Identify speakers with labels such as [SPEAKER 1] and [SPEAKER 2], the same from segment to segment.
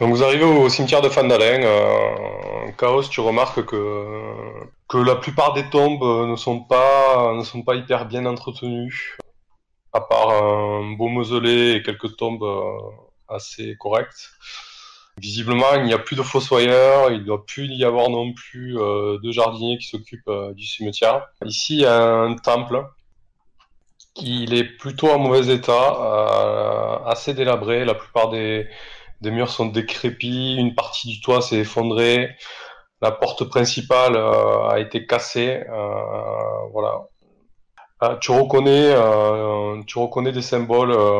[SPEAKER 1] Donc vous arrivez au cimetière de Fandalen. Euh, Chaos, tu remarques que, que la plupart des tombes euh, ne sont pas, ne sont pas hyper bien entretenues, à part un beau mausolée et quelques tombes euh, assez correctes. Visiblement, il n'y a plus de fossoyeurs, il ne doit plus y avoir non plus euh, de jardiniers qui s'occupent euh, du cimetière. Ici, il y a un temple qui il est plutôt en mauvais état, euh, assez délabré. La plupart des, des murs sont décrépits, une partie du toit s'est effondrée, la porte principale euh, a été cassée. euh, voilà. Ah, tu reconnais, euh, tu reconnais des symboles euh,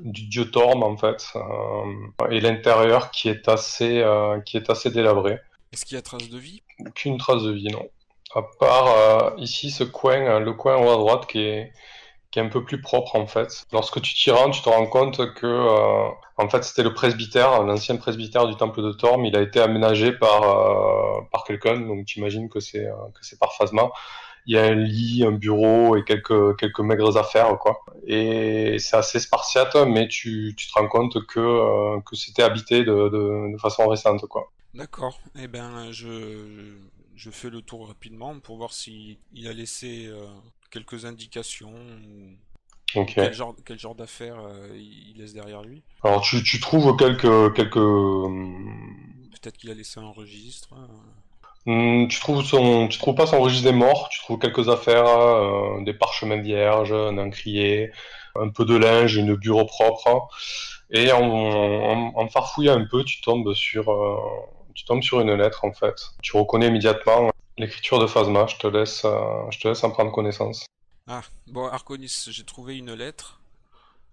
[SPEAKER 1] du dieu Torm en fait, euh, et l'intérieur qui est assez, euh, qui est assez délabré.
[SPEAKER 2] Est-ce qu'il y a trace de vie
[SPEAKER 1] Aucune trace de vie, non. À part euh, ici, ce coin, euh, le coin en haut à droite qui est, qui est un peu plus propre en fait. Lorsque tu t'y rends, tu te rends compte que euh, en fait c'était le presbytère, l'ancien presbytère du temple de Torm. Il a été aménagé par, euh, par quelqu'un, donc t'imagines que c'est euh, que c'est par Phasma. Il y a un lit, un bureau et quelques, quelques maigres affaires quoi. Et c'est assez spartiate, mais tu, tu te rends compte que, euh, que c'était habité de, de, de façon récente quoi.
[SPEAKER 2] D'accord. Eh ben, je, je fais le tour rapidement pour voir s'il il a laissé euh, quelques indications ou
[SPEAKER 1] Ok.
[SPEAKER 2] quel genre, quel genre d'affaires euh, il il laisse derrière lui.
[SPEAKER 1] Alors tu, tu trouves quelques quelques hum,
[SPEAKER 2] Peut-être qu'il a laissé un registre. euh.
[SPEAKER 1] hmm, tu trouves son tu trouves pas son registre des morts tu trouves quelques affaires euh, des parchemins vierges un encrier un peu de linge une bureau propre hein. et en, en, en farfouillant un peu tu tombes sur euh, tu tombes sur une lettre en fait tu reconnais immédiatement l'écriture de Phasma je te laisse euh, je te laisse en prendre connaissance
[SPEAKER 2] Ah, bon, Arconis, j'ai trouvé une lettre.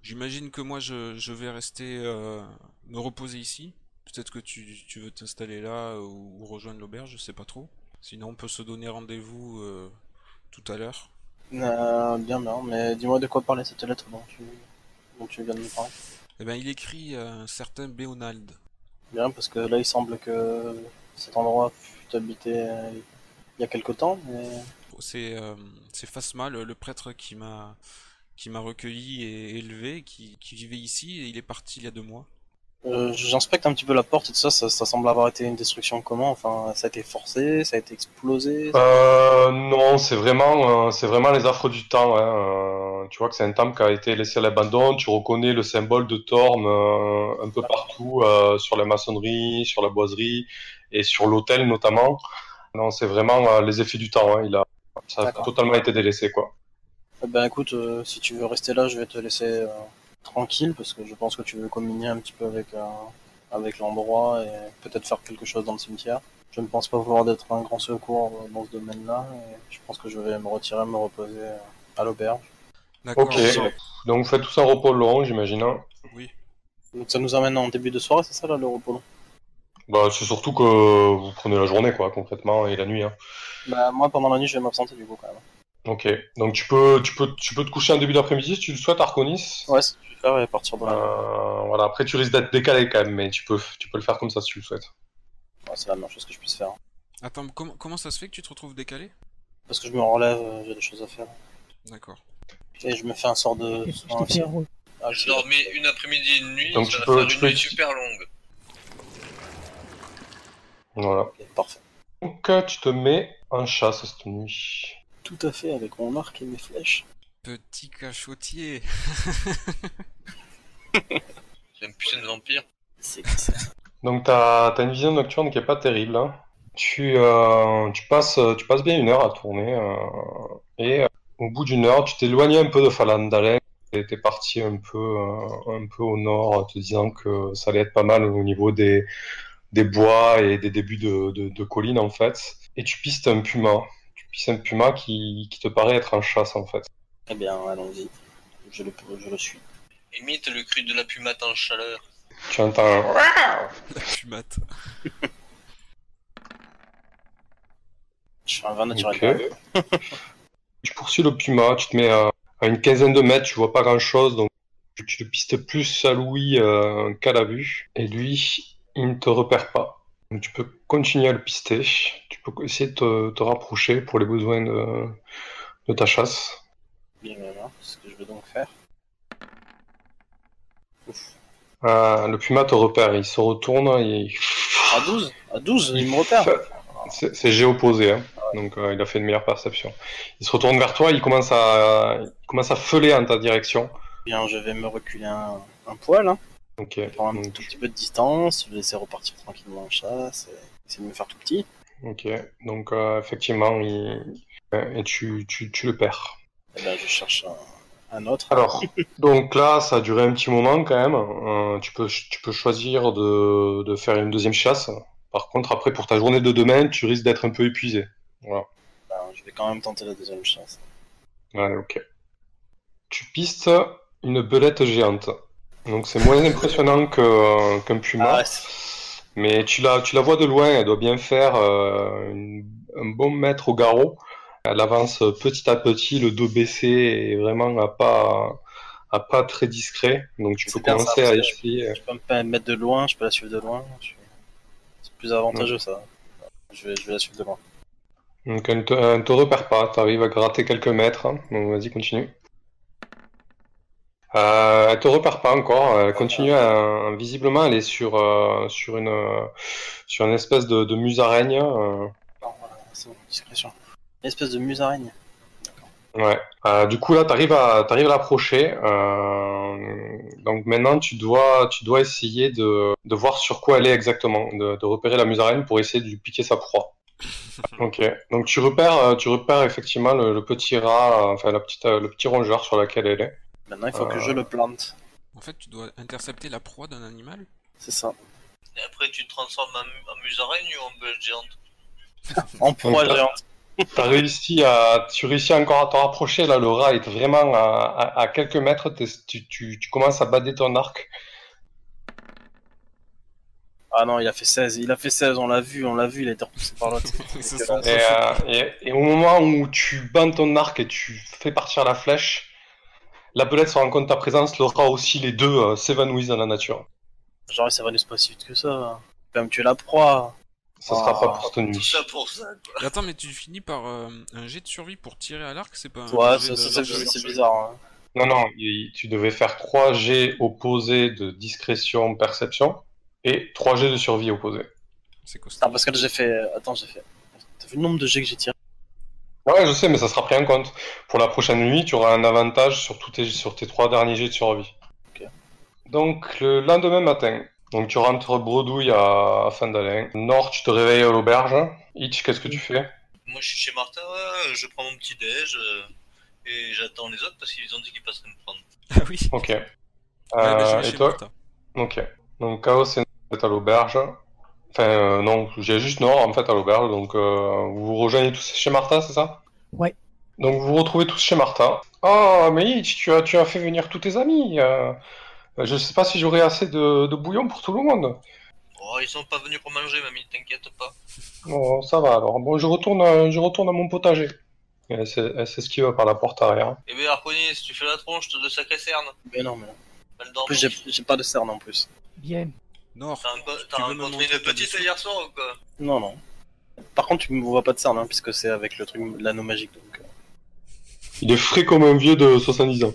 [SPEAKER 2] J'imagine que moi, je, je vais rester, euh, me reposer ici. Peut-être que tu, tu veux t'installer là euh, ou, ou rejoindre l'auberge, je sais pas trop. Sinon, on peut se donner rendez-vous euh, tout à l'heure.
[SPEAKER 3] Euh, bien, bien, mais dis-moi de quoi parlait cette lettre dont tu, dont tu viens de me parler.
[SPEAKER 2] Eh ben, il écrit à un certain Béonald.
[SPEAKER 3] Bien, parce que là, il semble que cet endroit fut habité euh, il y a quelque temps, mais
[SPEAKER 2] C'est euh, c'est Fasma, le, le prêtre qui m'a qui m'a recueilli et élevé, qui, qui vivait ici, et il est parti il y a deux mois.
[SPEAKER 3] euh, j'inspecte un petit peu la porte et tout ça, ça, ça semble avoir été une destruction comment Enfin, ça a été forcé, ça a été explosé.
[SPEAKER 1] Euh, non, c'est vraiment, euh, c'est vraiment les affres du temps. hein. Euh, tu vois que c'est un temple qui a été laissé à l'abandon. Tu reconnais le symbole de Torm euh, un peu partout, euh, sur la maçonnerie, sur la boiserie et sur l'autel notamment. Non, c'est vraiment euh, les effets du temps. hein. Il a, ça a
[SPEAKER 3] D'accord.
[SPEAKER 1] totalement été délaissé, quoi.
[SPEAKER 3] Eh Ben écoute, euh, si tu veux rester là, je vais te laisser euh, tranquille, parce que je pense que tu veux communier un petit peu avec, euh, avec l'endroit et peut-être faire quelque chose dans le cimetière. Je ne pense pas vouloir d'être un grand secours euh, dans ce domaine-là, et je pense que je vais me retirer, me reposer euh, à l'auberge.
[SPEAKER 2] D'accord.
[SPEAKER 1] Ok.
[SPEAKER 2] je-
[SPEAKER 1] Donc vous faites tous un repos long, j'imagine. hein.
[SPEAKER 2] Oui.
[SPEAKER 3] Donc ça nous amène en début de soirée, c'est ça là le repos long
[SPEAKER 1] Bah, c'est surtout que vous prenez la journée, quoi, concrètement, et la nuit. hein.
[SPEAKER 3] Bah moi pendant la nuit je vais m'absenter du coup quand même.
[SPEAKER 1] Ok. Donc tu peux, tu peux, tu peux te coucher en début d'après-midi si tu le souhaites, Arconis.
[SPEAKER 3] Ouais, si tu veux faire, et partir dans la...
[SPEAKER 1] Euh, voilà, après tu risques d'être décalé quand même, mais tu peux, tu peux le faire comme ça si tu le souhaites.
[SPEAKER 3] Ouais, c'est la meilleure chose que je puisse faire.
[SPEAKER 2] Attends, mais comment, comment ça se fait que tu te retrouves décalé
[SPEAKER 3] Parce que je me relève, euh, j'ai des choses à faire.
[SPEAKER 2] D'accord.
[SPEAKER 3] Et je me fais un sort de...
[SPEAKER 4] Qu'est-ce que
[SPEAKER 3] un-
[SPEAKER 4] je t'ai fait un re-
[SPEAKER 3] Ah,
[SPEAKER 5] Je dormais une après-midi et une nuit,
[SPEAKER 1] Donc
[SPEAKER 5] ça
[SPEAKER 1] tu
[SPEAKER 5] va
[SPEAKER 1] peux-
[SPEAKER 5] faire
[SPEAKER 1] tu
[SPEAKER 5] une
[SPEAKER 1] peux-
[SPEAKER 5] nuit super longue.
[SPEAKER 1] Voilà.
[SPEAKER 3] ok, Parfait.
[SPEAKER 1] Donc euh, tu te mets en chasse cette nuit.
[SPEAKER 3] Tout à fait avec mon arc et mes flèches.
[SPEAKER 2] Petit cachotier.
[SPEAKER 5] C'est un putain de vampire.
[SPEAKER 3] C'est ça.
[SPEAKER 1] Donc t'as as une vision nocturne qui est pas terrible. hein. Tu, euh, tu, passes, tu passes bien une heure à tourner. euh, et euh, au bout d'une heure, tu t'éloignes un peu de Falandalen. et T'es parti un peu, euh, un peu au nord, te disant que ça allait être pas mal au niveau des, des bois et des débuts de, de, de collines en fait. Et tu pistes un puma. Tu pistes un puma qui, qui te paraît être en chasse en fait.
[SPEAKER 3] Eh bien, allons-y. Je le, je le suis.
[SPEAKER 5] Imite le cri de la pumate en chaleur.
[SPEAKER 1] Tu entends un...
[SPEAKER 2] La fumate.
[SPEAKER 3] Je fais un vin naturel.
[SPEAKER 1] Ok. tu poursuis le puma, tu te mets à, à une quinzaine de mètres, tu vois pas grand chose, donc tu, tu le pistes plus à l'ouïe euh, qu'à la vue. Et lui, il ne te repère pas. Donc tu peux continuer à le pister, tu peux essayer de te, te rapprocher pour les besoins de, de ta chasse.
[SPEAKER 3] Bien, bien, bien. C'est ce que je vais donc faire. Ouf.
[SPEAKER 1] Un Euh, le puma te repère, il se retourne et
[SPEAKER 3] À 12 À 12, Ah, euh, il me repère.
[SPEAKER 1] C'est c'est jet opposé, hein. donc euh, il a fait une meilleure perception. Il se retourne vers toi, il commence à, il commence à feuler en ta direction.
[SPEAKER 3] Bien, je vais me reculer un, un poil, hein,
[SPEAKER 1] Ok.
[SPEAKER 3] prendre un
[SPEAKER 1] Donc, euh,
[SPEAKER 3] tout petit peu de distance, laisser repartir tranquillement en chasse, et essayer de me faire tout petit.
[SPEAKER 1] ok. Donc euh, effectivement, il... euh, et tu, tu, tu le perds.
[SPEAKER 3] Et ben, je cherche un, un autre.
[SPEAKER 1] Alors, donc là, ça a duré un petit moment quand même. Euh, tu, peux, tu peux choisir de, de faire une deuxième chasse. Par contre, après, pour ta journée de demain, tu risques d'être un peu épuisé. Voilà.
[SPEAKER 3] Ben, je vais quand même tenter la deuxième chance.
[SPEAKER 1] Ouais, ok. Tu pistes une belette géante. Donc c'est moins impressionnant que- euh, qu'un puma.
[SPEAKER 3] Ah, c'est-
[SPEAKER 1] mais tu la, tu la vois de loin, elle doit bien faire euh, une- un bon mètre au garrot. Elle avance petit à petit, le dos baissé et vraiment à pas, à pas très discret. Donc tu
[SPEAKER 3] C'est
[SPEAKER 1] peux
[SPEAKER 3] bien ça,
[SPEAKER 1] commencer à
[SPEAKER 3] parce que-
[SPEAKER 1] essuyer.
[SPEAKER 3] Je peux me pas mettre de loin, je peux la suivre de loin. je- C'est plus avantageux ça. Je vais, je vais la suivre de loin.
[SPEAKER 1] Donc elle ne te, elle ne te repère pas, tu arrives à gratter quelques mètres. hein. Donc vas-y, continue. Euh, elle te repère pas encore, elle continue à- visiblement, elle est sur, euh, sur, une, euh, sur une espèce de, de musaraigne. euh.
[SPEAKER 3] Non, voilà, c'est bon, discrétion. Une espèce de musaraigne.
[SPEAKER 1] ouais. Euh, du coup là, tu arrives à, t'arrives à l'approcher. euh, donc maintenant, tu dois, tu dois essayer de, de voir sur quoi elle est exactement, de, de repérer la musaraigne pour essayer de lui piquer sa proie. Ok, donc tu repères, euh, tu repères effectivement le, le petit rat, euh, enfin la petite, euh, le petit rongeur sur laquelle elle est.
[SPEAKER 3] Maintenant, il faut que
[SPEAKER 1] Euh.
[SPEAKER 3] je le plante.
[SPEAKER 2] En fait, tu dois intercepter la proie d'un animal.
[SPEAKER 3] C'est ça.
[SPEAKER 5] Et après, tu te transformes en, mu- en musaraigne ou en belette géante
[SPEAKER 3] En proie
[SPEAKER 1] Donc,
[SPEAKER 3] géante.
[SPEAKER 1] T'as réussi à, tu réussis encore à t'en rapprocher là. Le rat est vraiment à, à, à quelques mètres. T'es- Tu, tu, tu commences à bader ton arc.
[SPEAKER 3] Ah non, il a fait 16. Il a fait 16, on l'a vu, on l'a vu, il a été repoussé par l'autre.
[SPEAKER 2] Ils se
[SPEAKER 3] dégueulasse.
[SPEAKER 1] Et, euh, et, et au moment où tu bandes ton arc et tu fais partir la flèche, la belette se rend compte de ta présence. Le rat aussi, les deux euh, s'évanouissent dans la nature.
[SPEAKER 3] Genre, ça va nous pas si vite que ça. Tu vas me tuer la proie.
[SPEAKER 1] Ça sera
[SPEAKER 3] Oh.
[SPEAKER 1] pas pour cette
[SPEAKER 5] Tout
[SPEAKER 1] nuit.
[SPEAKER 5] ça pour ça.
[SPEAKER 2] Mais Attends, mais tu finis par euh, un jet de survie pour tirer à l'arc, c'est pas un
[SPEAKER 3] Ouais,
[SPEAKER 2] jet
[SPEAKER 3] ça,
[SPEAKER 2] de-
[SPEAKER 3] ça, c'est
[SPEAKER 2] de-
[SPEAKER 3] c'est bizarre. hein.
[SPEAKER 1] Non, non, il- tu devais faire 3 G opposés de discrétion, perception et 3 G de survie opposés.
[SPEAKER 2] C'est costaud.
[SPEAKER 3] Attends, parce que là, j'ai fait. euh, Attends, j'ai fait. T'as vu le nombre de jets que j'ai tiré
[SPEAKER 1] Ouais, je sais, mais ça sera pris en compte. Pour la prochaine nuit, tu auras un avantage sur, tous tes, sur tes 3 derniers jets de survie.
[SPEAKER 3] Ok.
[SPEAKER 1] Donc, le lendemain matin, donc tu rentres bredouille à, à fin d'Alain. Nord, tu te réveilles à l'auberge. Hitch, qu'est-ce que tu fais
[SPEAKER 5] Moi, je suis chez Martin, ouais, je prends mon petit déj euh, et j'attends les autres parce qu'ils ont dit qu'ils passeraient me prendre.
[SPEAKER 2] Ah oui.
[SPEAKER 1] Ok.
[SPEAKER 2] Ouais, bah, je
[SPEAKER 1] Euh,
[SPEAKER 2] vais
[SPEAKER 1] et
[SPEAKER 2] chez
[SPEAKER 1] toi
[SPEAKER 2] Martha.
[SPEAKER 1] Ok. Donc Chaos et Nord, vous êtes à l'auberge. Enfin, euh, non, j'ai juste Nord en fait à l'auberge. Donc euh, vous vous rejoignez tous chez Martha, c'est ça
[SPEAKER 4] Ouais.
[SPEAKER 1] Donc vous vous retrouvez tous chez Martha. Ah, mais Hitch, tu as, tu as fait venir tous tes amis. euh, je sais pas si j'aurai assez de, de bouillon pour tout le monde.
[SPEAKER 5] Oh, ils sont pas venus pour manger, mamie, t'inquiète pas.
[SPEAKER 1] Bon, ça va alors. Bon, je retourne, à- je retourne à mon potager. Et Elle s'es- elle s'esquive par la porte arrière.
[SPEAKER 5] Eh ben, Arconis, tu fais la tronche de sacré cerne.
[SPEAKER 3] Mais non, mais.
[SPEAKER 5] Mal
[SPEAKER 3] En
[SPEAKER 5] dormi.
[SPEAKER 3] plus, j'ai j'ai pas de cerne en plus.
[SPEAKER 4] Bien.
[SPEAKER 2] Nord.
[SPEAKER 5] T'as un co-
[SPEAKER 2] Tu
[SPEAKER 5] t'as
[SPEAKER 2] veux me
[SPEAKER 5] rencontré
[SPEAKER 2] montrer
[SPEAKER 5] une
[SPEAKER 2] ta
[SPEAKER 5] petite
[SPEAKER 2] dessous
[SPEAKER 5] hier soir ou quoi
[SPEAKER 3] Non, non. Par contre, tu me vois pas de cerne, hein, puisque c'est avec le truc, l'anneau magique. Donc, euh,
[SPEAKER 1] Il est frais comme un vieux de 70 ans.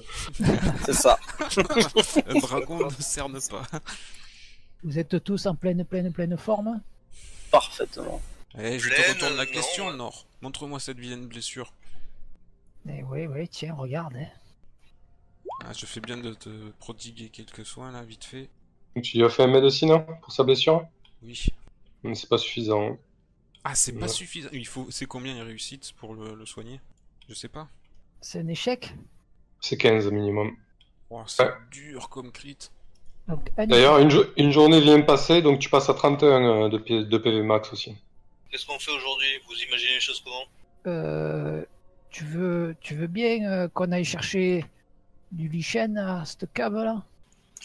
[SPEAKER 3] c'est ça.
[SPEAKER 2] un dragon ne cerne pas.
[SPEAKER 4] Vous êtes tous en pleine, pleine, pleine forme
[SPEAKER 3] Parfaitement.
[SPEAKER 2] Eh, je te
[SPEAKER 5] Pleine,
[SPEAKER 2] retourne la
[SPEAKER 5] non,
[SPEAKER 2] question,
[SPEAKER 5] ouais.
[SPEAKER 2] Nord. Montre-moi cette vilaine blessure.
[SPEAKER 4] Eh oui, oui, tiens, regarde. hein.
[SPEAKER 2] Ah, je fais bien de te prodiguer quelques soins là, vite fait.
[SPEAKER 1] Donc, tu lui as fait un médecine hein, pour sa blessure
[SPEAKER 2] Oui.
[SPEAKER 1] Mais c'est pas suffisant.
[SPEAKER 2] Ah, c'est pas
[SPEAKER 1] Ouais.
[SPEAKER 2] suffisant. Il faut. C'est combien les réussites pour le, le soigner Je sais pas.
[SPEAKER 4] C'est un échec.
[SPEAKER 1] C'est 15 minimum.
[SPEAKER 2] Oh, c'est
[SPEAKER 1] Ouais.
[SPEAKER 2] dur comme crit.
[SPEAKER 4] Donc, un
[SPEAKER 1] D'ailleurs, une, jo- une journée vient de passer, donc tu passes à 31 euh, de, P- de PV max aussi.
[SPEAKER 5] Qu'est-ce qu'on fait aujourd'hui Vous imaginez les choses comment
[SPEAKER 4] Euh, tu veux, tu veux bien euh, qu'on aille chercher du lichen à cette cave là,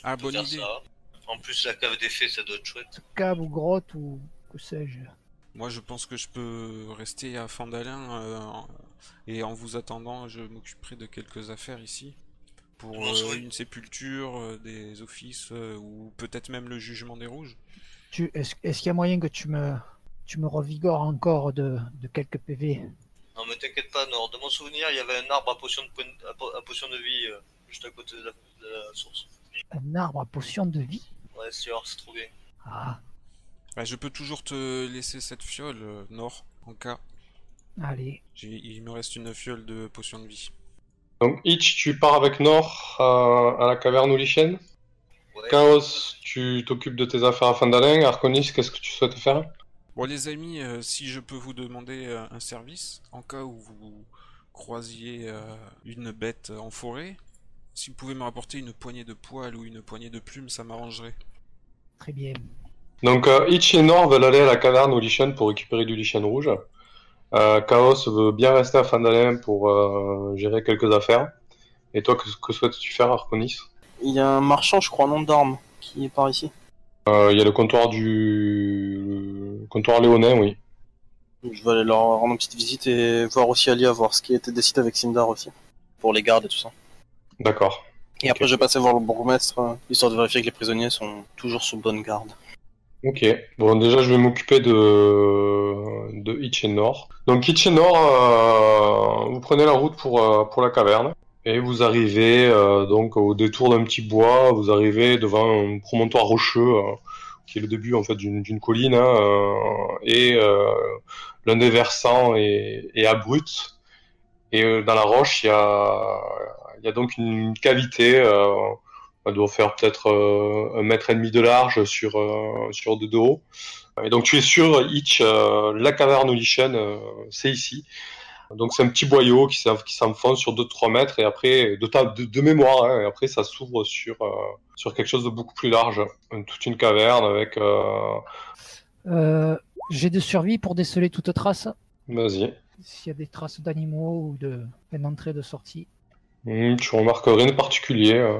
[SPEAKER 2] Ah,
[SPEAKER 5] On peut
[SPEAKER 2] bonne
[SPEAKER 5] faire
[SPEAKER 2] idée.
[SPEAKER 5] ça. En plus, la cave des fées, ça doit être chouette.
[SPEAKER 4] cave ou grotte ou que sais-je.
[SPEAKER 2] Moi, je pense que je peux rester à Fandalin euh, en- et en vous attendant, je m'occuperai de quelques affaires ici pour
[SPEAKER 5] Bon,
[SPEAKER 2] euh,
[SPEAKER 5] souris.
[SPEAKER 2] une sépulture, euh, des offices euh, ou peut-être même le jugement des rouges.
[SPEAKER 4] Tu, est-ce, est-ce qu'il y a moyen que tu me, tu me revigores encore de, de quelques PV
[SPEAKER 5] Non, mais t'inquiète pas, Nord. De mon souvenir, il y avait un arbre à potion de, poigne- à po- à potion de vie euh, juste à côté de la, de la source.
[SPEAKER 4] Un arbre à potion de vie
[SPEAKER 5] Ouais, sûr, c'est trop bien.
[SPEAKER 4] Ah,
[SPEAKER 2] Bah, je peux toujours te laisser cette fiole, euh, Nord, en cas.
[SPEAKER 4] allez.
[SPEAKER 2] J'ai- Il me reste une fiole de potion de vie.
[SPEAKER 1] Donc Hitch, tu pars avec Nord à, à la caverne Oulichen.
[SPEAKER 5] Ouais.
[SPEAKER 1] Chaos, tu t'occupes de tes affaires à Fandalin. Arconis, qu'est-ce que tu souhaites faire
[SPEAKER 2] Bon, les amis, euh, si je peux vous demander euh, un service, en cas où vous croisiez euh, une bête en forêt, si vous pouvez me rapporter une poignée de poils ou une poignée de plumes, ça m'arrangerait.
[SPEAKER 4] Très bien.
[SPEAKER 1] Donc euh, Hitch et Nord veulent aller à la caverne au Lichen pour récupérer du Lichen rouge. Euh, Chaos veut bien rester à Fandalin pour euh, gérer quelques affaires. Et toi, que, que souhaites-tu faire, Arconis
[SPEAKER 3] Il y a un marchand, je crois, non d'armes, qui est par ici.
[SPEAKER 1] Euh, Il y a le comptoir du... le comptoir léonin, oui.
[SPEAKER 3] Je vais aller leur rendre une petite visite et voir aussi Alia, voir ce qui a été décidé avec Simdar aussi. Pour les gardes et tout ça.
[SPEAKER 1] D'accord.
[SPEAKER 3] Et après, je vais passer voir le bourgmestre, euh, histoire de vérifier que les prisonniers sont toujours sous bonne garde.
[SPEAKER 1] Ok. Bon, déjà, je vais m'occuper de... de Hitch et Nord. Donc, Hitch et Nord, euh, vous prenez la route pour, euh, pour la caverne. Et vous arrivez, euh, donc, au détour d'un petit bois, vous arrivez devant un promontoire rocheux, euh, qui est le début, en fait, d'une d'une colline. hein, euh, et euh, l'un des versants est, est abrupt. Et euh, dans la roche, il y a, il y a donc une cavité. euh, elle doit faire peut-être euh, un mètre et demi de large sur, euh, sur deux de haut. Et donc tu es sûr, Hitch, euh, la caverne Olishen, c'est ici. Donc c'est un petit boyau qui s'en- qui s'enfonce sur 2-3 mètres et après, de, ta, de, de mémoire, hein, et après ça s'ouvre sur, euh, sur quelque chose de beaucoup plus large. Une- Toute une caverne avec... euh,
[SPEAKER 4] Euh, J'ai de survie pour déceler toute trace.
[SPEAKER 1] Vas-y.
[SPEAKER 4] S'il y a des traces d'animaux ou de une entrée de sortie.
[SPEAKER 1] Hmm, tu remarques rien de particulier. euh,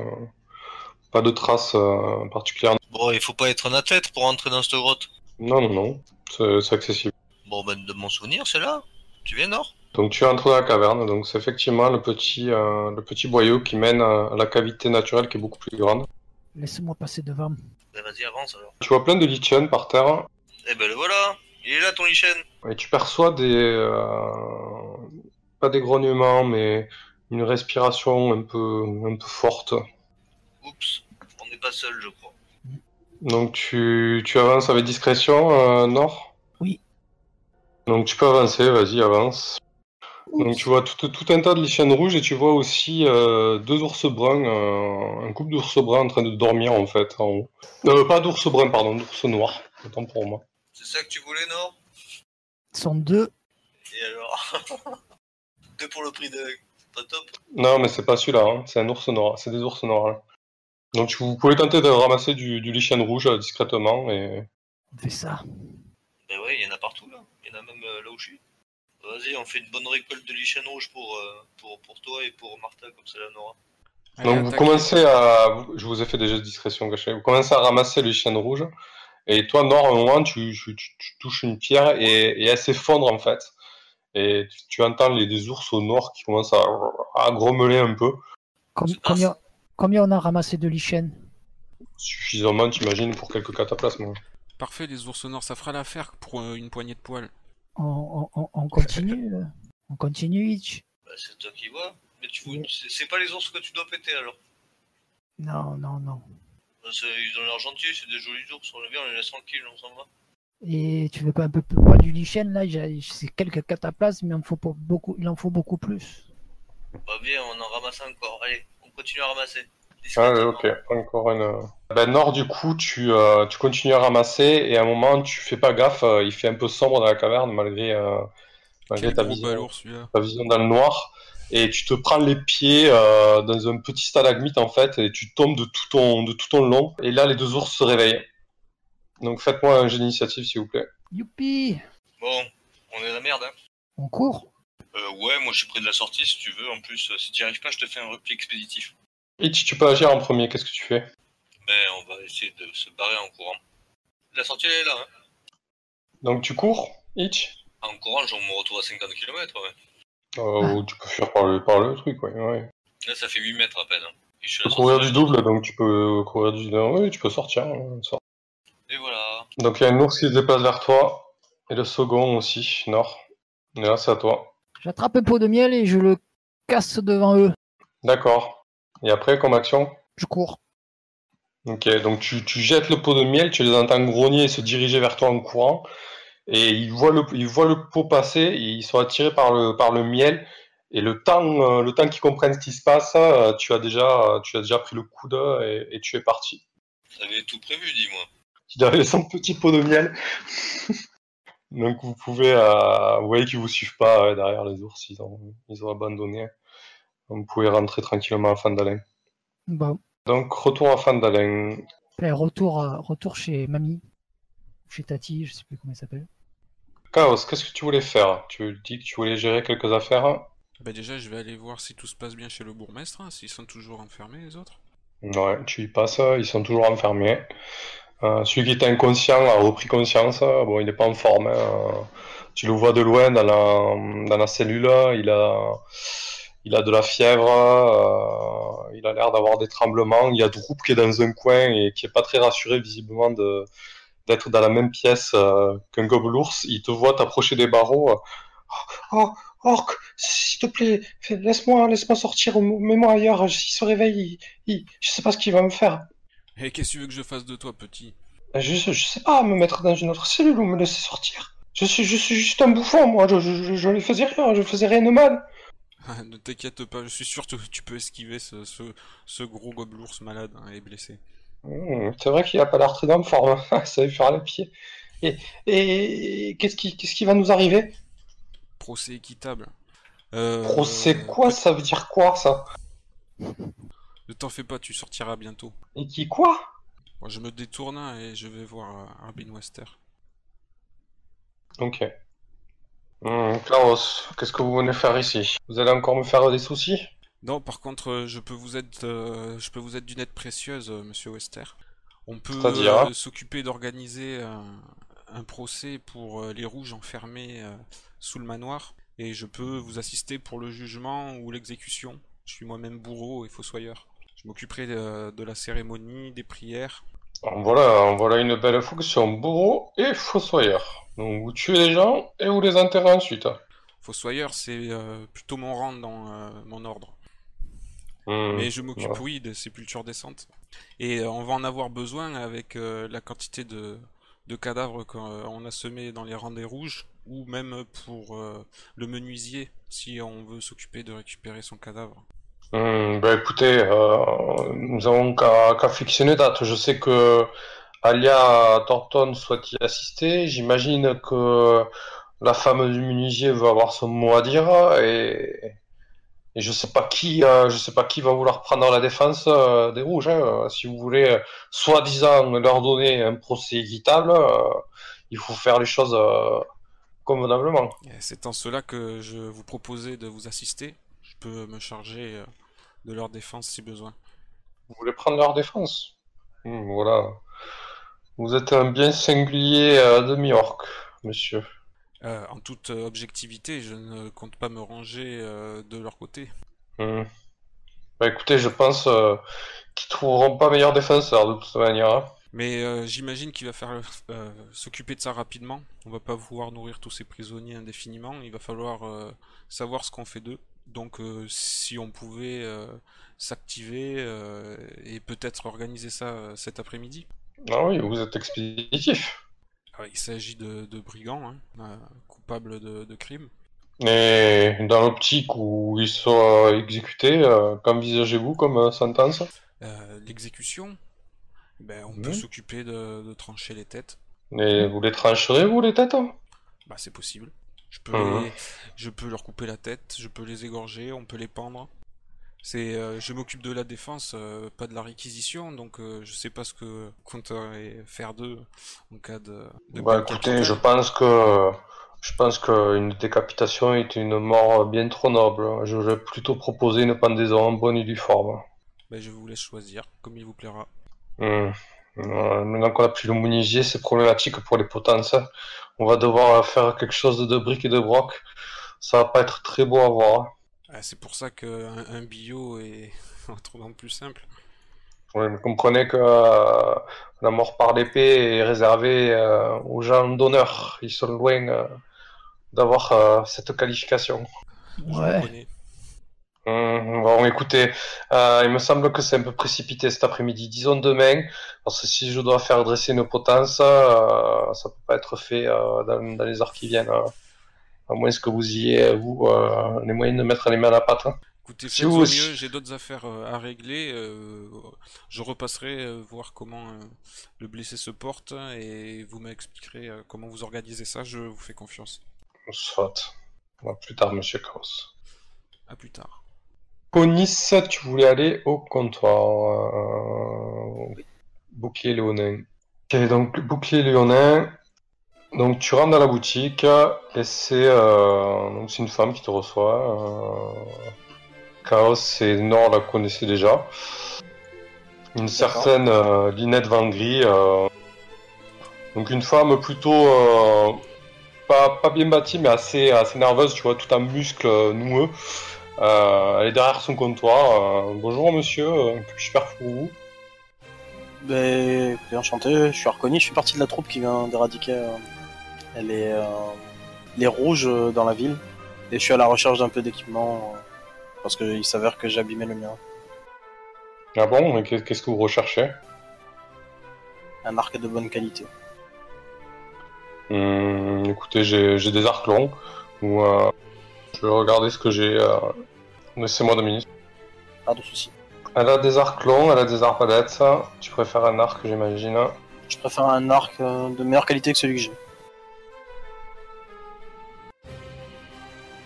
[SPEAKER 1] Pas de traces euh, particulières.
[SPEAKER 5] Bon, il faut pas être un athlète pour entrer dans cette grotte.
[SPEAKER 1] Non, non, non. C'est c'est accessible.
[SPEAKER 5] Bon, ben, de mon souvenir, c'est là. Tu viens, Nord
[SPEAKER 1] Donc tu entres dans la caverne, donc c'est effectivement le petit, euh, le petit boyau qui mène euh, à la cavité naturelle qui est beaucoup plus grande.
[SPEAKER 4] Laisse-moi passer devant.
[SPEAKER 5] Ben, vas-y, avance alors.
[SPEAKER 1] Tu vois plein de lichens par terre
[SPEAKER 5] Eh ben, le voilà. Il est là, ton lichen.
[SPEAKER 1] et tu perçois des... euh, pas des grognements, mais une respiration un peu, un peu forte.
[SPEAKER 5] Oups, on n'est pas seul, je crois.
[SPEAKER 1] Donc tu, tu avances avec discrétion, euh, Nord
[SPEAKER 4] Oui.
[SPEAKER 1] Donc tu peux avancer, vas-y, avance. Donc
[SPEAKER 4] Oups.
[SPEAKER 1] tu vois tout, tout un tas de lichens rouges et tu vois aussi euh, deux ours bruns, euh, un couple d'ours bruns en train de dormir en fait en haut. Euh, pas d'ours bruns, pardon, d'ours noirs, autant pour moi.
[SPEAKER 5] C'est ça que tu voulais, Nord
[SPEAKER 4] Ils sont deux.
[SPEAKER 5] Et alors Deux pour le prix d'un. C'est pas top.
[SPEAKER 1] Non mais c'est pas celui-là, hein, c'est un ours noir, c'est des ours noirs. là. Donc tu- vous pouvez tenter de ramasser du, du lichen rouge euh, discrètement et...
[SPEAKER 4] On fait ça.
[SPEAKER 5] Ben ouais, il y en a partout, là. Il y en a même euh, là où je suis. Vas-y, on fait une bonne récolte de lichen rouge pour, euh, pour, pour toi et pour Martha, comme ça, la Nora.
[SPEAKER 2] Allez,
[SPEAKER 1] Donc vous
[SPEAKER 2] attaque.
[SPEAKER 1] commencez à... vous- Je vous ai fait des jeux de discrétion cachés. Vous commencez à ramasser le lichen rouge et toi Nord au moment tu, tu- tu- tu touches une pierre et, et elle s'effondre en fait. Et tu, tu entends les, des ours au nord qui commencent à, à grommeler un peu.
[SPEAKER 4] Com-
[SPEAKER 5] C'est-
[SPEAKER 4] combien, combien on a ramassé de lichens
[SPEAKER 1] Suffisamment t'imagines pour quelques cataplasmes.
[SPEAKER 2] Parfait, les ours noirs, ça fera l'affaire pour euh, une poignée de poils.
[SPEAKER 4] on, on- on- on continue euh On continue, Hitch
[SPEAKER 5] Bah, c'est toi qui vois. Mais tu fous- c'est c'est pas les ours que tu dois péter alors.
[SPEAKER 4] Non, non, non.
[SPEAKER 5] Bah, c'est- Ils ont l'air gentils, c'est des jolis ours. On les vient, on les laisse tranquilles, on s'en va.
[SPEAKER 4] Et tu veux pas un peu plus loin du lichen là j'ai- C'est quelques cataplasmes, mais il en faut, pas beaucoup, il en faut beaucoup plus.
[SPEAKER 5] Bah bien, on en ramasse encore. Allez, on continue à ramasser.
[SPEAKER 1] Ah ouais,
[SPEAKER 5] Discrètement.
[SPEAKER 1] ok, encore une... Ben Nord du coup tu, euh, tu continues à ramasser et à un moment tu fais pas gaffe, euh, il fait un peu sombre dans la caverne malgré, euh, malgré
[SPEAKER 2] Quel
[SPEAKER 1] ta
[SPEAKER 2] gros
[SPEAKER 1] vision.
[SPEAKER 2] balourd celui-là.
[SPEAKER 1] ta vision dans le noir et tu te prends les pieds euh, dans un petit stalagmite en fait et tu tombes de tout ton de tout ton long et là les deux ours se réveillent. Donc faites-moi un jeu d'initiative s'il vous plaît.
[SPEAKER 4] Youpi
[SPEAKER 5] Bon, on est la merde, hein.
[SPEAKER 4] On court
[SPEAKER 5] Euh, ouais, moi je suis près de la sortie si tu veux. En plus, euh, si t'y arrives pas, je te fais un repli expéditif.
[SPEAKER 1] Itch, tu peux agir en premier, qu'est-ce que tu fais
[SPEAKER 5] Mais on va essayer de se barrer en courant. La sortie elle est là, hein.
[SPEAKER 1] Donc tu cours, Itch
[SPEAKER 5] En courant, je me retrouve à 50 km, ouais.
[SPEAKER 1] Euh, Ou tu peux fuir par le, par le truc, ouais. ouais.
[SPEAKER 5] Là, ça fait 8 mètres à peine. hein. Et je
[SPEAKER 1] Tu
[SPEAKER 5] suis
[SPEAKER 1] peux
[SPEAKER 5] à la
[SPEAKER 1] courir
[SPEAKER 5] sortie.
[SPEAKER 1] du double, donc tu peux courir du Oui, tu peux sortir. hein, sort.
[SPEAKER 5] Et voilà.
[SPEAKER 1] Donc il y a un ours qui se déplace vers toi, et le second aussi, Nord. Et là c'est à toi.
[SPEAKER 4] J'attrape un pot de miel et je le casse devant eux.
[SPEAKER 1] D'accord. Et après, comme action
[SPEAKER 4] Je cours.
[SPEAKER 1] Ok, donc tu, tu jettes le pot de miel, tu les entends grogner et se diriger vers toi en courant. Et ils voient le, ils voient le pot passer, et ils sont attirés par le, par le miel. Et le temps, euh, le temps qu'ils comprennent ce qui se passe, euh, tu as déjà, euh, tu as déjà pris le coude et, et tu es parti.
[SPEAKER 5] T'avais tout prévu, dis-moi.
[SPEAKER 1] Il avait son petit pot de miel. donc vous pouvez, euh, vous voyez qu'ils vous suivent pas euh, derrière les ours, ils ont, ils ont abandonné. Donc, vous pouvez rentrer tranquillement à Fandalin.
[SPEAKER 4] Bon,
[SPEAKER 1] Donc retour à Fandalin.
[SPEAKER 4] ben, retour, à- retour chez Mamie, ou chez Tati, je sais plus comment elle s'appelle.
[SPEAKER 1] Chaos, qu'est-ce que tu voulais faire Tu dis que tu voulais gérer quelques affaires
[SPEAKER 2] Bah déjà, je vais aller voir si tout se passe bien chez le bourgmestre, hein, s'ils sont toujours enfermés les autres.
[SPEAKER 1] Ouais, tu y passes, euh, ils sont toujours enfermés. Euh, celui qui était inconscient a repris conscience. euh, Bon, il n'est pas en forme. hein, euh, Tu le vois de loin dans la, dans la cellule. Il a, il a de la fièvre. euh, il a l'air d'avoir des tremblements. Il y a Droop qui est dans un coin et qui est pas très rassuré visiblement de d'être dans la même pièce euh, qu'un gobelours. Il te voit t'approcher des barreaux. euh, Oh, oh, Orc, s'il te plaît, fais- laisse-moi, laisse-moi sortir. Mets-moi ailleurs. S'il se réveille, il- il- je sais pas ce qu'il va me faire. Euh,
[SPEAKER 2] Et qu'est-ce que tu veux que je fasse de toi, petit
[SPEAKER 1] Je, je sais pas, me mettre dans une autre cellule ou me laisser sortir. Je suis, je suis juste un bouffon, moi, je, je, je, je ne faisais rien, je faisais rien de mal.
[SPEAKER 2] Ah, Ne t'inquiète pas, je suis sûr que tu peux esquiver ce, ce, ce gros gobelours malade hein, et blessé.
[SPEAKER 1] Hmm, c'est vrai qu'il a pas l'air très en forme, ça va lui faire les pieds. Et, et qu'est-ce qui, qu'est-ce qui va nous arriver
[SPEAKER 2] Procès équitable. Euh,
[SPEAKER 1] Procès quoi, ça veut dire quoi, ça
[SPEAKER 2] Ne t'en fais pas, tu sortiras bientôt.
[SPEAKER 1] Et qui quoi
[SPEAKER 2] Moi, je me détourne hein, et je vais voir euh, Arbin Wester.
[SPEAKER 1] Ok. Hmm, Klaus, qu'est-ce que vous venez faire ici Vous allez encore me faire des soucis
[SPEAKER 2] Non, par contre, euh, je peux vous être, euh, je peux vous être d'une aide précieuse, euh, Monsieur Wester. On peut
[SPEAKER 1] C'est-à-dire
[SPEAKER 2] euh, s'occuper d'organiser un, un procès pour euh, les rouges enfermés euh, sous le manoir, et je peux vous assister pour le jugement ou l'exécution. Je suis moi-même bourreau et fossoyeur. Je m'occuperai euh, de la cérémonie, des prières.
[SPEAKER 1] En Voilà, en voilà une belle fonction, bourreau et fossoyeur. Donc vous tuez les gens et vous les enterrez ensuite.
[SPEAKER 2] Fossoyeur, c'est euh, plutôt mon rang dans euh, mon ordre.
[SPEAKER 1] Hmm.
[SPEAKER 2] Mais je m'occupe,
[SPEAKER 1] voilà.
[SPEAKER 2] oui, des sépultures décentes. Et euh, on va en avoir besoin avec euh, la quantité de, de cadavres qu'on euh, a semés dans les rangs des rouges, ou même pour euh, le menuisier, si on veut s'occuper de récupérer son cadavre.
[SPEAKER 1] Hmm, bah écoutez, euh, nous avons qu'à qu'à fixer une date. Je sais que Alia Thornton souhaite y assister. J'imagine que la femme du menuisier veut avoir son mot à dire et, et je sais pas qui, euh, je sais pas qui va vouloir prendre la défense euh, des rouges. hein. Euh, Si vous voulez, euh, soi-disant leur donner un procès équitable, euh, il faut faire les choses euh, convenablement.
[SPEAKER 2] Et C'est en cela que je vous proposais de vous assister. Je peux me charger euh, de leur défense si besoin.
[SPEAKER 1] Vous voulez prendre leur défense? Hmm, voilà. Vous êtes un bien singulier euh, demi-orc, monsieur.
[SPEAKER 2] Euh, en toute euh, objectivité, je ne compte pas me ranger euh, de leur côté.
[SPEAKER 1] Hmm. Bah écoutez, je pense euh, qu'ils trouveront pas meilleur défenseur de toute manière. hein.
[SPEAKER 2] Mais euh, j'imagine qu'il va falloir euh, s'occuper de ça rapidement. On va pas pouvoir nourrir tous ces prisonniers indéfiniment. Il va falloir euh, savoir ce qu'on fait d'eux. Donc euh, si on pouvait euh, s'activer euh, et peut-être organiser ça euh, cet après-midi.
[SPEAKER 1] Ah oui, vous êtes expéditif.
[SPEAKER 2] Ah, Il s'agit de, de brigands, hein, euh, coupables de, de crimes.
[SPEAKER 1] Et dans l'optique où ils soient exécutés, euh, qu'envisagez-vous comme euh, sentence?
[SPEAKER 2] Euh, L'exécution, ben, on
[SPEAKER 1] Mhm.
[SPEAKER 2] peut s'occuper de, de trancher les têtes.
[SPEAKER 1] Et vous les trancherez, vous, les têtes?
[SPEAKER 2] Bah, c'est possible. Je peux,
[SPEAKER 1] Mhm.
[SPEAKER 2] les- je peux leur couper la tête, je peux les égorger, on peut les pendre. C'est, euh, je m'occupe de la défense, euh, pas de la réquisition, donc euh, je sais pas ce que compterait faire d'eux en cas de. de
[SPEAKER 1] Bah
[SPEAKER 2] coup de
[SPEAKER 1] écoutez, je
[SPEAKER 2] capital.
[SPEAKER 1] pense que je pense qu'une décapitation est une mort bien trop noble. Je vais plutôt proposer une pendaison en bonne et due forme.
[SPEAKER 2] Bah, je vous laisse choisir, comme il vous plaira.
[SPEAKER 1] Hmm. Euh, Maintenant qu'on a plus le mounisier, c'est problématique pour les potences. On va devoir faire quelque chose de briques et de broc. Ça va pas être très beau à voir.
[SPEAKER 2] Ah, c'est pour ça qu'un un bio est autrement plus simple.
[SPEAKER 1] Oui, mais comprenez que euh, la mort par l'épée est réservée euh, aux gens d'honneur. Ils sont loin euh, d'avoir euh, cette qualification.
[SPEAKER 2] Je vous
[SPEAKER 4] Ouais.
[SPEAKER 2] connais.
[SPEAKER 1] Hum, bon, écoutez, euh, il me semble que c'est un peu précipité cet après-midi. Disons demain, parce que si je dois faire dresser une potence, euh, ça peut pas être fait euh, dans, dans les heures qui viennent. euh. à moins que vous ayez, vous, euh, les moyens de mettre les mains à la pâte. hein.
[SPEAKER 2] Écoutez,
[SPEAKER 1] Si
[SPEAKER 2] faites
[SPEAKER 1] vous
[SPEAKER 2] au mieux,
[SPEAKER 1] aussi-
[SPEAKER 2] j'ai d'autres affaires euh, à régler. euh, je repasserai euh, voir comment euh, le blessé se porte et vous m'expliquerez euh, comment vous organisez ça. Je vous fais confiance.
[SPEAKER 1] Soit. À plus tard, monsieur Kraus.
[SPEAKER 2] À plus tard.
[SPEAKER 1] Conis, tu voulais aller au comptoir. euh, Bouclier léonin. Ok, donc bouclier léonin. Donc tu rentres dans la boutique et c'est euh, donc c'est une femme qui te reçoit. euh, Chaos et Nord la connaissaient déjà. Une certaine euh, Linette Van Gris. euh, donc une femme plutôt euh, pas, pas bien bâtie mais assez, assez nerveuse, tu vois, tout un muscle euh, noueux. Euh, elle est derrière son comptoir. euh, Bonjour monsieur, euh, que puis-je faire pour vous
[SPEAKER 3] Ben, écoutez, enchanté, je suis reconnu, je suis partie de la troupe qui vient d'éradiquer euh, les, euh, les rouges euh, dans la ville. Et je suis à la recherche d'un peu d'équipement, euh, parce qu'il s'avère que j'ai abîmé le mien.
[SPEAKER 1] Ah bon, mais qu'est- qu'est-ce que vous recherchez
[SPEAKER 3] Un arc de bonne qualité.
[SPEAKER 1] Hum, Écoutez, j'ai j'ai des arcs longs. Ou, euh, je vais regarder ce que j'ai. euh, Laissez-moi deux minutes.
[SPEAKER 3] Pas de soucis.
[SPEAKER 1] Elle a des arcs longs, elle a des arbalètes. ça. Tu préfères un arc, j'imagine.
[SPEAKER 3] Je préfère un arc euh, de meilleure qualité que celui que j'ai.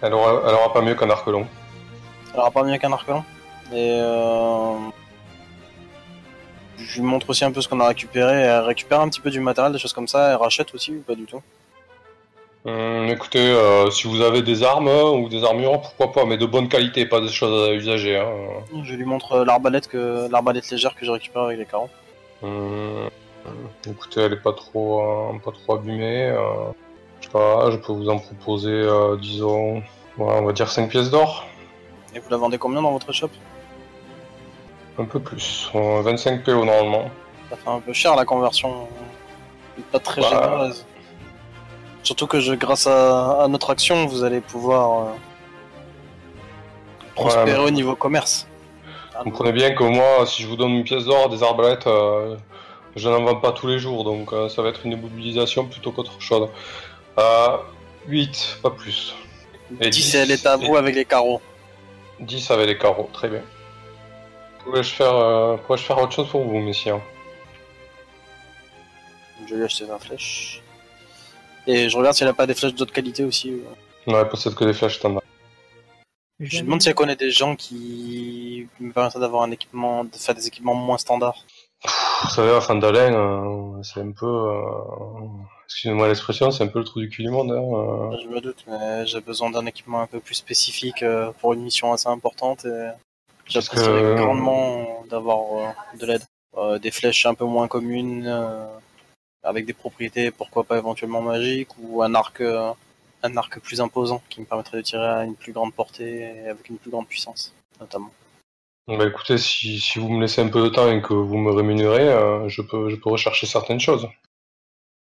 [SPEAKER 1] Elle aura, elle aura pas mieux qu'un arc long.
[SPEAKER 3] Elle aura pas mieux qu'un arc long. Et euh... je lui montre aussi un peu ce qu'on a récupéré. Elle récupère un petit peu du matériel, des choses comme ça. Elle rachète aussi ou pas du tout.
[SPEAKER 1] Hum, écoutez, euh, si vous avez des armes euh, ou des armures, pourquoi pas, mais de bonne qualité, pas des choses à usager. hein.
[SPEAKER 3] Je lui montre euh, l'arbalète que l'arbalète légère que j'ai récupérée avec les carreaux.
[SPEAKER 1] Hum, écoutez, elle est pas trop, euh, pas trop abîmée. euh, je sais pas, je peux vous en proposer, euh, disons, ouais, on va dire 5 pièces d'or.
[SPEAKER 3] Et vous la vendez combien dans votre shop
[SPEAKER 1] Un peu plus, euh, 25 PO normalement.
[SPEAKER 3] Ça fait un peu cher la conversion. Elle est Pas très
[SPEAKER 1] Bah.
[SPEAKER 3] généreuse. Surtout que je, grâce à, à notre action, vous allez pouvoir euh, prospérer
[SPEAKER 1] mais-
[SPEAKER 3] au niveau commerce. Ah,
[SPEAKER 1] Vous comprenez bien que moi, si je vous donne une pièce d'or, des arbalètes, euh, je n'en vends pas tous les jours, donc euh, ça va être une mobilisation plutôt qu'autre chose. Euh, 8, pas plus. Et
[SPEAKER 3] 10 elle est à vous avec les carreaux.
[SPEAKER 1] 10 avec les carreaux, très bien. Pourrais-je faire, euh, pourrais-je faire autre chose pour vous, messieurs
[SPEAKER 3] Je lui ai acheté 20 flèches. Et je regarde si elle a pas des flèches d'autres qualités aussi. euh.
[SPEAKER 1] Non, elle possède que des flèches standards.
[SPEAKER 3] Je lui demande si elle connaît des gens qui me permettraient d'avoir un équipement, de faire des équipements moins standards.
[SPEAKER 1] Vous savez, à Fandalin, euh, c'est un peu... euh, excusez-moi l'expression, c'est un peu le trou du cul du monde. hein, euh.
[SPEAKER 3] Je me doute, mais j'ai besoin d'un équipement un peu plus spécifique euh, pour une mission assez importante et j'apprécierais
[SPEAKER 1] que-
[SPEAKER 3] grandement d'avoir euh, de l'aide. Euh, des flèches un peu moins communes, euh, avec des propriétés pourquoi pas éventuellement magiques, ou un arc, euh, un arc plus imposant qui me permettrait de tirer à une plus grande portée et avec une plus grande puissance, notamment.
[SPEAKER 1] Bah écoutez, si, si vous me laissez un peu de temps et que vous me rémunérez, euh, je, peux, je peux rechercher certaines choses.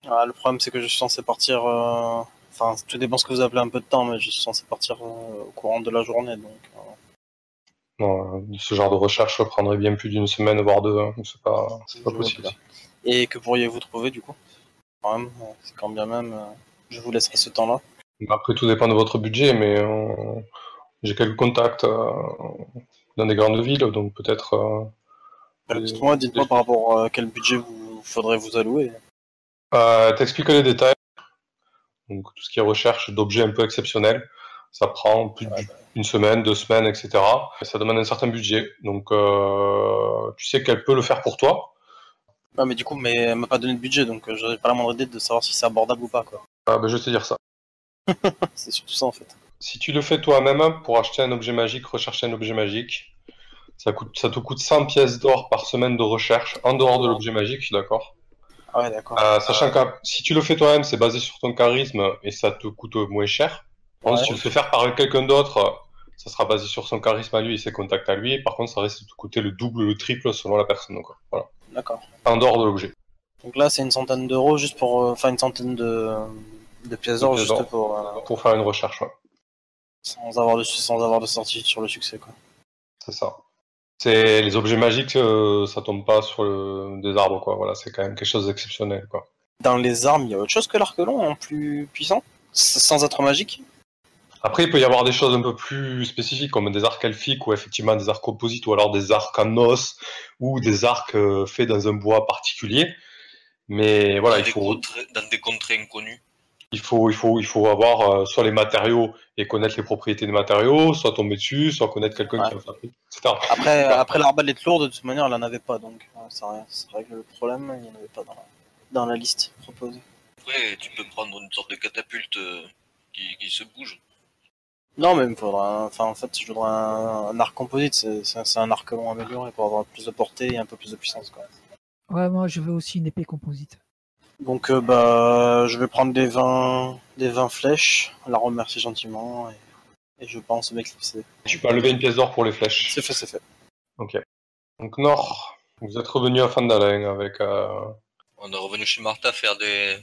[SPEAKER 3] Ah, le problème, c'est que je suis censé partir. euh, Enfin, tout dépend ce que vous appelez un peu de temps, mais je suis censé partir euh, au courant de la journée, donc. euh,
[SPEAKER 1] Non, euh, ce genre de recherche prendrait bien plus d'une semaine, voire deux. hein. C'est pas, c'est pas
[SPEAKER 3] je vois
[SPEAKER 1] possible.
[SPEAKER 3] pas. Et que pourriez-vous trouver, du coup Quand même, euh, c'est quand bien même. euh, Je vous laisserai ce temps-là.
[SPEAKER 1] Après, tout dépend de votre budget, mais euh, j'ai quelques contacts euh, dans des grandes villes, donc peut-être. euh, Euh,
[SPEAKER 3] Alors, Dites-moi, dites-moi par rapport à quel budget vous faudrait vous allouer.
[SPEAKER 1] Euh, T'explique les détails. Donc tout ce qui est recherche d'objets un peu exceptionnels, ça prend plus d'une semaine, deux semaines, etc. Et ça demande un certain budget. Donc euh, tu sais qu'elle peut le faire pour toi.
[SPEAKER 3] Ah, mais du coup, mais elle m'a pas donné de budget, donc euh, j'aurais pas la moindre idée de savoir si c'est abordable ou pas, quoi.
[SPEAKER 1] Ah, ben, je vais te dire ça.
[SPEAKER 3] C'est surtout ça, en fait.
[SPEAKER 1] Si tu le fais toi-même pour acheter un objet magique, rechercher un objet magique, ça, coûte, ça te coûte 100 pièces d'or par semaine de recherche en dehors de l'objet magique, je suis d'accord.
[SPEAKER 3] Ah ouais, d'accord.
[SPEAKER 1] Euh, sachant que si tu le fais toi-même, c'est basé sur ton charisme et ça te coûte moins cher. Par contre,
[SPEAKER 3] Ouais.
[SPEAKER 1] si tu le fais faire par quelqu'un d'autre, ça sera basé sur son charisme à lui et ses contacts à lui. par contre, ça risque de te coûter le double, le triple selon la personne. Quoi. Voilà.
[SPEAKER 3] D'accord.
[SPEAKER 1] En dehors de l'objet.
[SPEAKER 3] Donc là, c'est une centaine d'euros juste pour. euh, Enfin, une centaine de. de pièces d'or
[SPEAKER 1] De pièces
[SPEAKER 3] juste
[SPEAKER 1] d'or.
[SPEAKER 3] pour. euh,
[SPEAKER 1] Pour faire une recherche, ouais.
[SPEAKER 3] sans avoir de sans avoir de certitude sur le succès quoi.
[SPEAKER 1] c'est ça. C'est les objets magiques, euh, ça tombe pas sur le- des arbres, quoi. Voilà, c'est quand même quelque chose d'exceptionnel, quoi.
[SPEAKER 3] Dans les armes, il y a autre chose que l'arc long, en plus puissant, s- sans être magique.
[SPEAKER 1] Après, il peut y avoir des choses un peu plus spécifiques, comme des arcs alphiques, ou effectivement des arcs composites, ou alors des arcs en os, ou des arcs euh, faits dans un bois particulier. Mais voilà,
[SPEAKER 5] dans,
[SPEAKER 1] il
[SPEAKER 5] des
[SPEAKER 1] faut,
[SPEAKER 5] contrées, dans des contrées inconnues.
[SPEAKER 1] il faut, il faut, il faut avoir euh, soit les matériaux et connaître les propriétés des matériaux, soit tomber dessus, soit connaître quelqu'un qui
[SPEAKER 3] Ouais.
[SPEAKER 1] en fabrique, etc.
[SPEAKER 3] Après, après l'arbalète lourde, de toute manière, elle en avait pas, donc euh, ça, ça règle le problème, il n'y en avait pas dans la, dans la liste proposée.
[SPEAKER 5] Après, tu peux prendre une sorte de catapulte euh, qui, qui se bouge.
[SPEAKER 3] Non, mais il me faudra, un- enfin, en fait, je voudrais un, un arc composite, c'est- c'est c'est un arc long amélioré pour avoir plus de portée et un peu plus de puissance, quoi.
[SPEAKER 4] Ouais, moi, je veux aussi une épée composite.
[SPEAKER 3] Donc euh, bah je vais prendre des 20 des 20 flèches, la remercier gentiment et, et je pense m'éclipser.
[SPEAKER 1] Tu peux lever une pièce d'or pour les flèches.
[SPEAKER 3] C'est fait, c'est fait.
[SPEAKER 1] Donc Nord, vous êtes revenu à Fandalen avec euh,
[SPEAKER 5] On est revenu chez Martha faire des,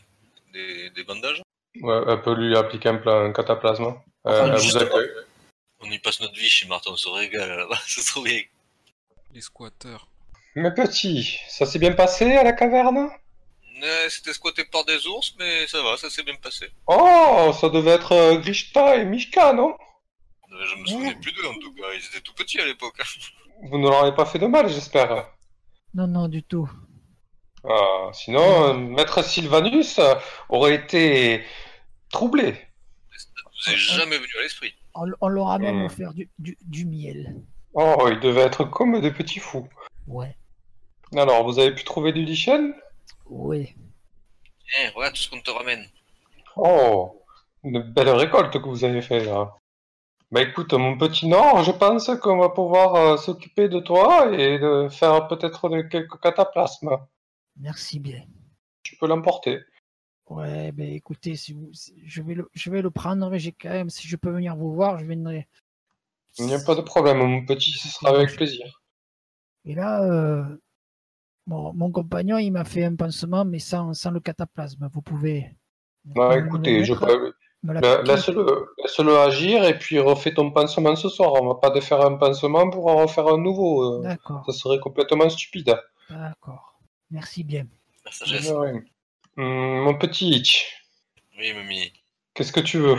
[SPEAKER 5] des, des bandages.
[SPEAKER 1] ouais, elle peut lui appliquer un, pla- un cataplasme. Euh,
[SPEAKER 3] Enfin,
[SPEAKER 1] elle vous
[SPEAKER 3] juste-
[SPEAKER 1] accueille.
[SPEAKER 5] On y passe notre vie chez Martha, on se régale là-bas, c'est trop bien.
[SPEAKER 2] Les squatteurs.
[SPEAKER 1] Mais petit, ça s'est bien passé à la caverne
[SPEAKER 5] Euh, C'était squatté par des ours, mais ça va, ça s'est bien passé.
[SPEAKER 1] Oh, ça devait être euh, Grishta et Mishka, non
[SPEAKER 5] Euh, Je me souviens plus d'eux en tout cas, ils étaient tout petits à l'époque. hein.
[SPEAKER 1] Vous ne leur avez pas fait de mal, j'espère.
[SPEAKER 4] Non, non, du tout.
[SPEAKER 1] Ah, sinon, euh, Maître Sylvanus euh, aurait été troublé.
[SPEAKER 5] Vous êtes jamais venu à l'esprit.
[SPEAKER 4] On, on leur a même
[SPEAKER 1] Hmm.
[SPEAKER 4] offert du, du- du miel.
[SPEAKER 1] Oh, il devait être comme des petits fous.
[SPEAKER 4] Ouais,
[SPEAKER 1] Alors, vous avez pu trouver du lichen
[SPEAKER 4] ouais.
[SPEAKER 5] Eh, voilà tout ce qu'on te ramène.
[SPEAKER 1] Oh, une belle récolte que vous avez fait là. Bah écoute, mon petit Nord, je pense qu'on va pouvoir euh, s'occuper de toi et de faire peut-être de quelques cataplasmes.
[SPEAKER 4] Merci bien.
[SPEAKER 1] Tu peux l'emporter.
[SPEAKER 4] Ouais, ben écoutez, si vous, si- je, vais le, je vais le prendre, mais j'ai quand même, si je peux venir vous voir, je viendrai.
[SPEAKER 1] Il n'y a pas de problème, mon petit, ce sera avec plaisir.
[SPEAKER 4] Et là, euh, mon, mon compagnon, il m'a fait un pansement, mais sans, sans le cataplasme. Vous pouvez.
[SPEAKER 1] Bah
[SPEAKER 4] me le
[SPEAKER 1] écoutez, je
[SPEAKER 4] mettre,
[SPEAKER 1] peux...
[SPEAKER 4] me
[SPEAKER 1] la-
[SPEAKER 4] l'appliquer.
[SPEAKER 1] Bah, laisse-le laisse-le agir et puis refais ton pansement ce soir. On va pas défaire un pansement pour en refaire un nouveau. euh,
[SPEAKER 4] D'accord,
[SPEAKER 1] Ça serait complètement stupide.
[SPEAKER 4] d'accord. Merci bien.
[SPEAKER 5] La sagesse.
[SPEAKER 1] Ouais. Hum, mon petit Hitch,
[SPEAKER 5] Oui, mamie.
[SPEAKER 1] Qu'est-ce que tu veux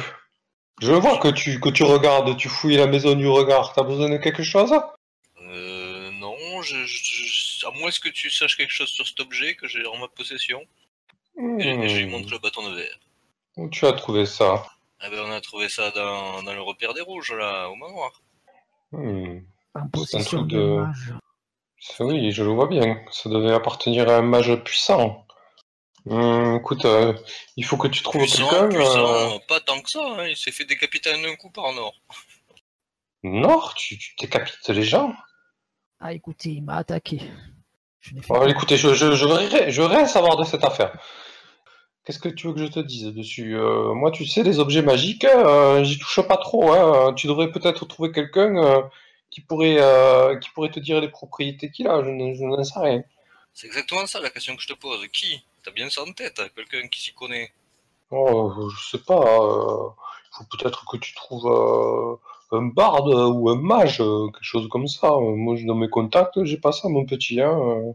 [SPEAKER 1] Je vois que tu, que tu regardes, tu fouilles la maison du regard. T'as besoin de quelque chose
[SPEAKER 5] Euh, non, je, je- je- à moins que tu saches quelque chose sur cet objet que j'ai en ma possession, et, et
[SPEAKER 1] Hmm.
[SPEAKER 5] je lui montre le bâton de verre.
[SPEAKER 1] Hum. Où tu as trouvé ça
[SPEAKER 5] Ah ben, on a trouvé ça dans, dans le repère des rouges, là, au manoir.
[SPEAKER 1] Hmm.
[SPEAKER 4] En possession
[SPEAKER 1] truc
[SPEAKER 4] de...
[SPEAKER 1] de-
[SPEAKER 4] mage.
[SPEAKER 1] Ça, Oui, je le vois bien. Ça devait appartenir à un mage puissant. Hmm, écoute, euh, il faut que tu trouves
[SPEAKER 5] Puissant,
[SPEAKER 1] quelqu'un. euh,
[SPEAKER 5] puissant, pas tant que ça, hein, il s'est fait décapiter en un coup par Nord.
[SPEAKER 1] Nord, tu, tu décapites les gens.
[SPEAKER 4] Ah, écoutez, il m'a attaqué. Je n'ai fait
[SPEAKER 1] Oh,
[SPEAKER 4] que-
[SPEAKER 1] écoutez, je, je, je, voudrais- je voudrais savoir de cette affaire. Qu'est-ce que tu veux que je te dise dessus Euh, Moi, tu sais, les objets magiques, euh, j'y touche pas trop. hein. Tu devrais peut-être trouver quelqu'un euh, qui, pourrait, euh, qui pourrait te dire les propriétés qu'il a. Je ne- je n'en sais rien.
[SPEAKER 5] C'est exactement ça la question que je te pose. Qui T'as bien ça en tête, hein, quelqu'un qui s'y connaît.
[SPEAKER 1] Oh, je sais pas. euh, faut peut-être que tu trouves euh, un barde euh, ou un mage, euh, quelque chose comme ça. Euh, Moi, je- dans mes contacts, j'ai pas ça, mon petit. Hein. euh.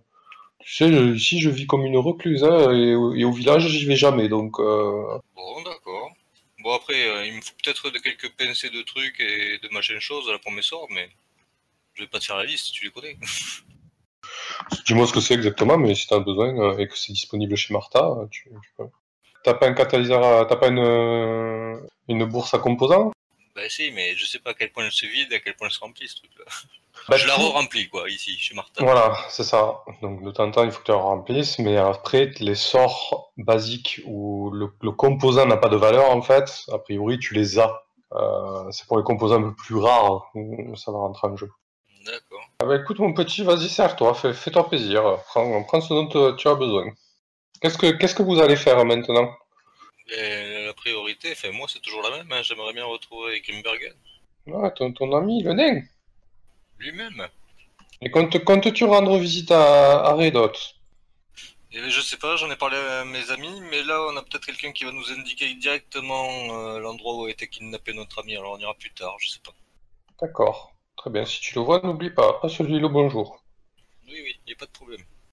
[SPEAKER 1] Tu sais, je- ici, je vis comme une recluse, hein, et, au- et au village, j'y vais jamais, donc. euh,
[SPEAKER 5] Bon, d'accord. Bon, après, euh, il me faut peut-être de quelques pincées de trucs et de machin chose là pour mes sorts, mais je vais pas te faire la liste, tu les connais.
[SPEAKER 1] Dis-moi ce que c'est exactement, mais si t'as besoin euh, et que c'est disponible chez Martha, euh, tu, tu peux. T'as pas un catalyseur, à- t'as pas une, euh, une bourse à composants
[SPEAKER 5] Bah si, mais je sais pas à quel point elle se vide et à quel point elle se remplit ce truc-là.
[SPEAKER 1] Bah,
[SPEAKER 5] je la
[SPEAKER 1] tout-
[SPEAKER 5] re-remplis quoi, ici, chez Martin.
[SPEAKER 1] Voilà, c'est ça. Donc de temps en temps, il faut que tu la remplisses, mais après, les sorts basiques où le, le composant n'a pas de valeur, en fait, a priori, tu les as. Euh, c'est pour les composants un peu plus rares où ça va rentrer en jeu.
[SPEAKER 5] D'accord.
[SPEAKER 1] Ah bah écoute, mon petit, vas-y, serre-toi, fais- fais-toi plaisir, prends, prends ce dont euh, tu as besoin. Qu'est-ce que, qu'est-ce que vous allez faire maintenant
[SPEAKER 5] Et la priorité, enfin moi c'est toujours la même, hein, j'aimerais bien retrouver Grimbergen
[SPEAKER 1] Ah, ton, ton ami, le nain.
[SPEAKER 5] lui-même.
[SPEAKER 1] Et comptes- comptes-tu rendre visite à, à Redot
[SPEAKER 5] Et je sais pas, j'en ai parlé à mes amis, mais là on a peut-être quelqu'un qui va nous indiquer directement euh, l'endroit où a été kidnappé notre ami, alors on ira plus tard, je sais pas.
[SPEAKER 1] D'accord. Très bien, si tu le vois, n'oublie pas, à celui-là, bonjour.
[SPEAKER 5] Oui, oui, il n'y a pas de problème.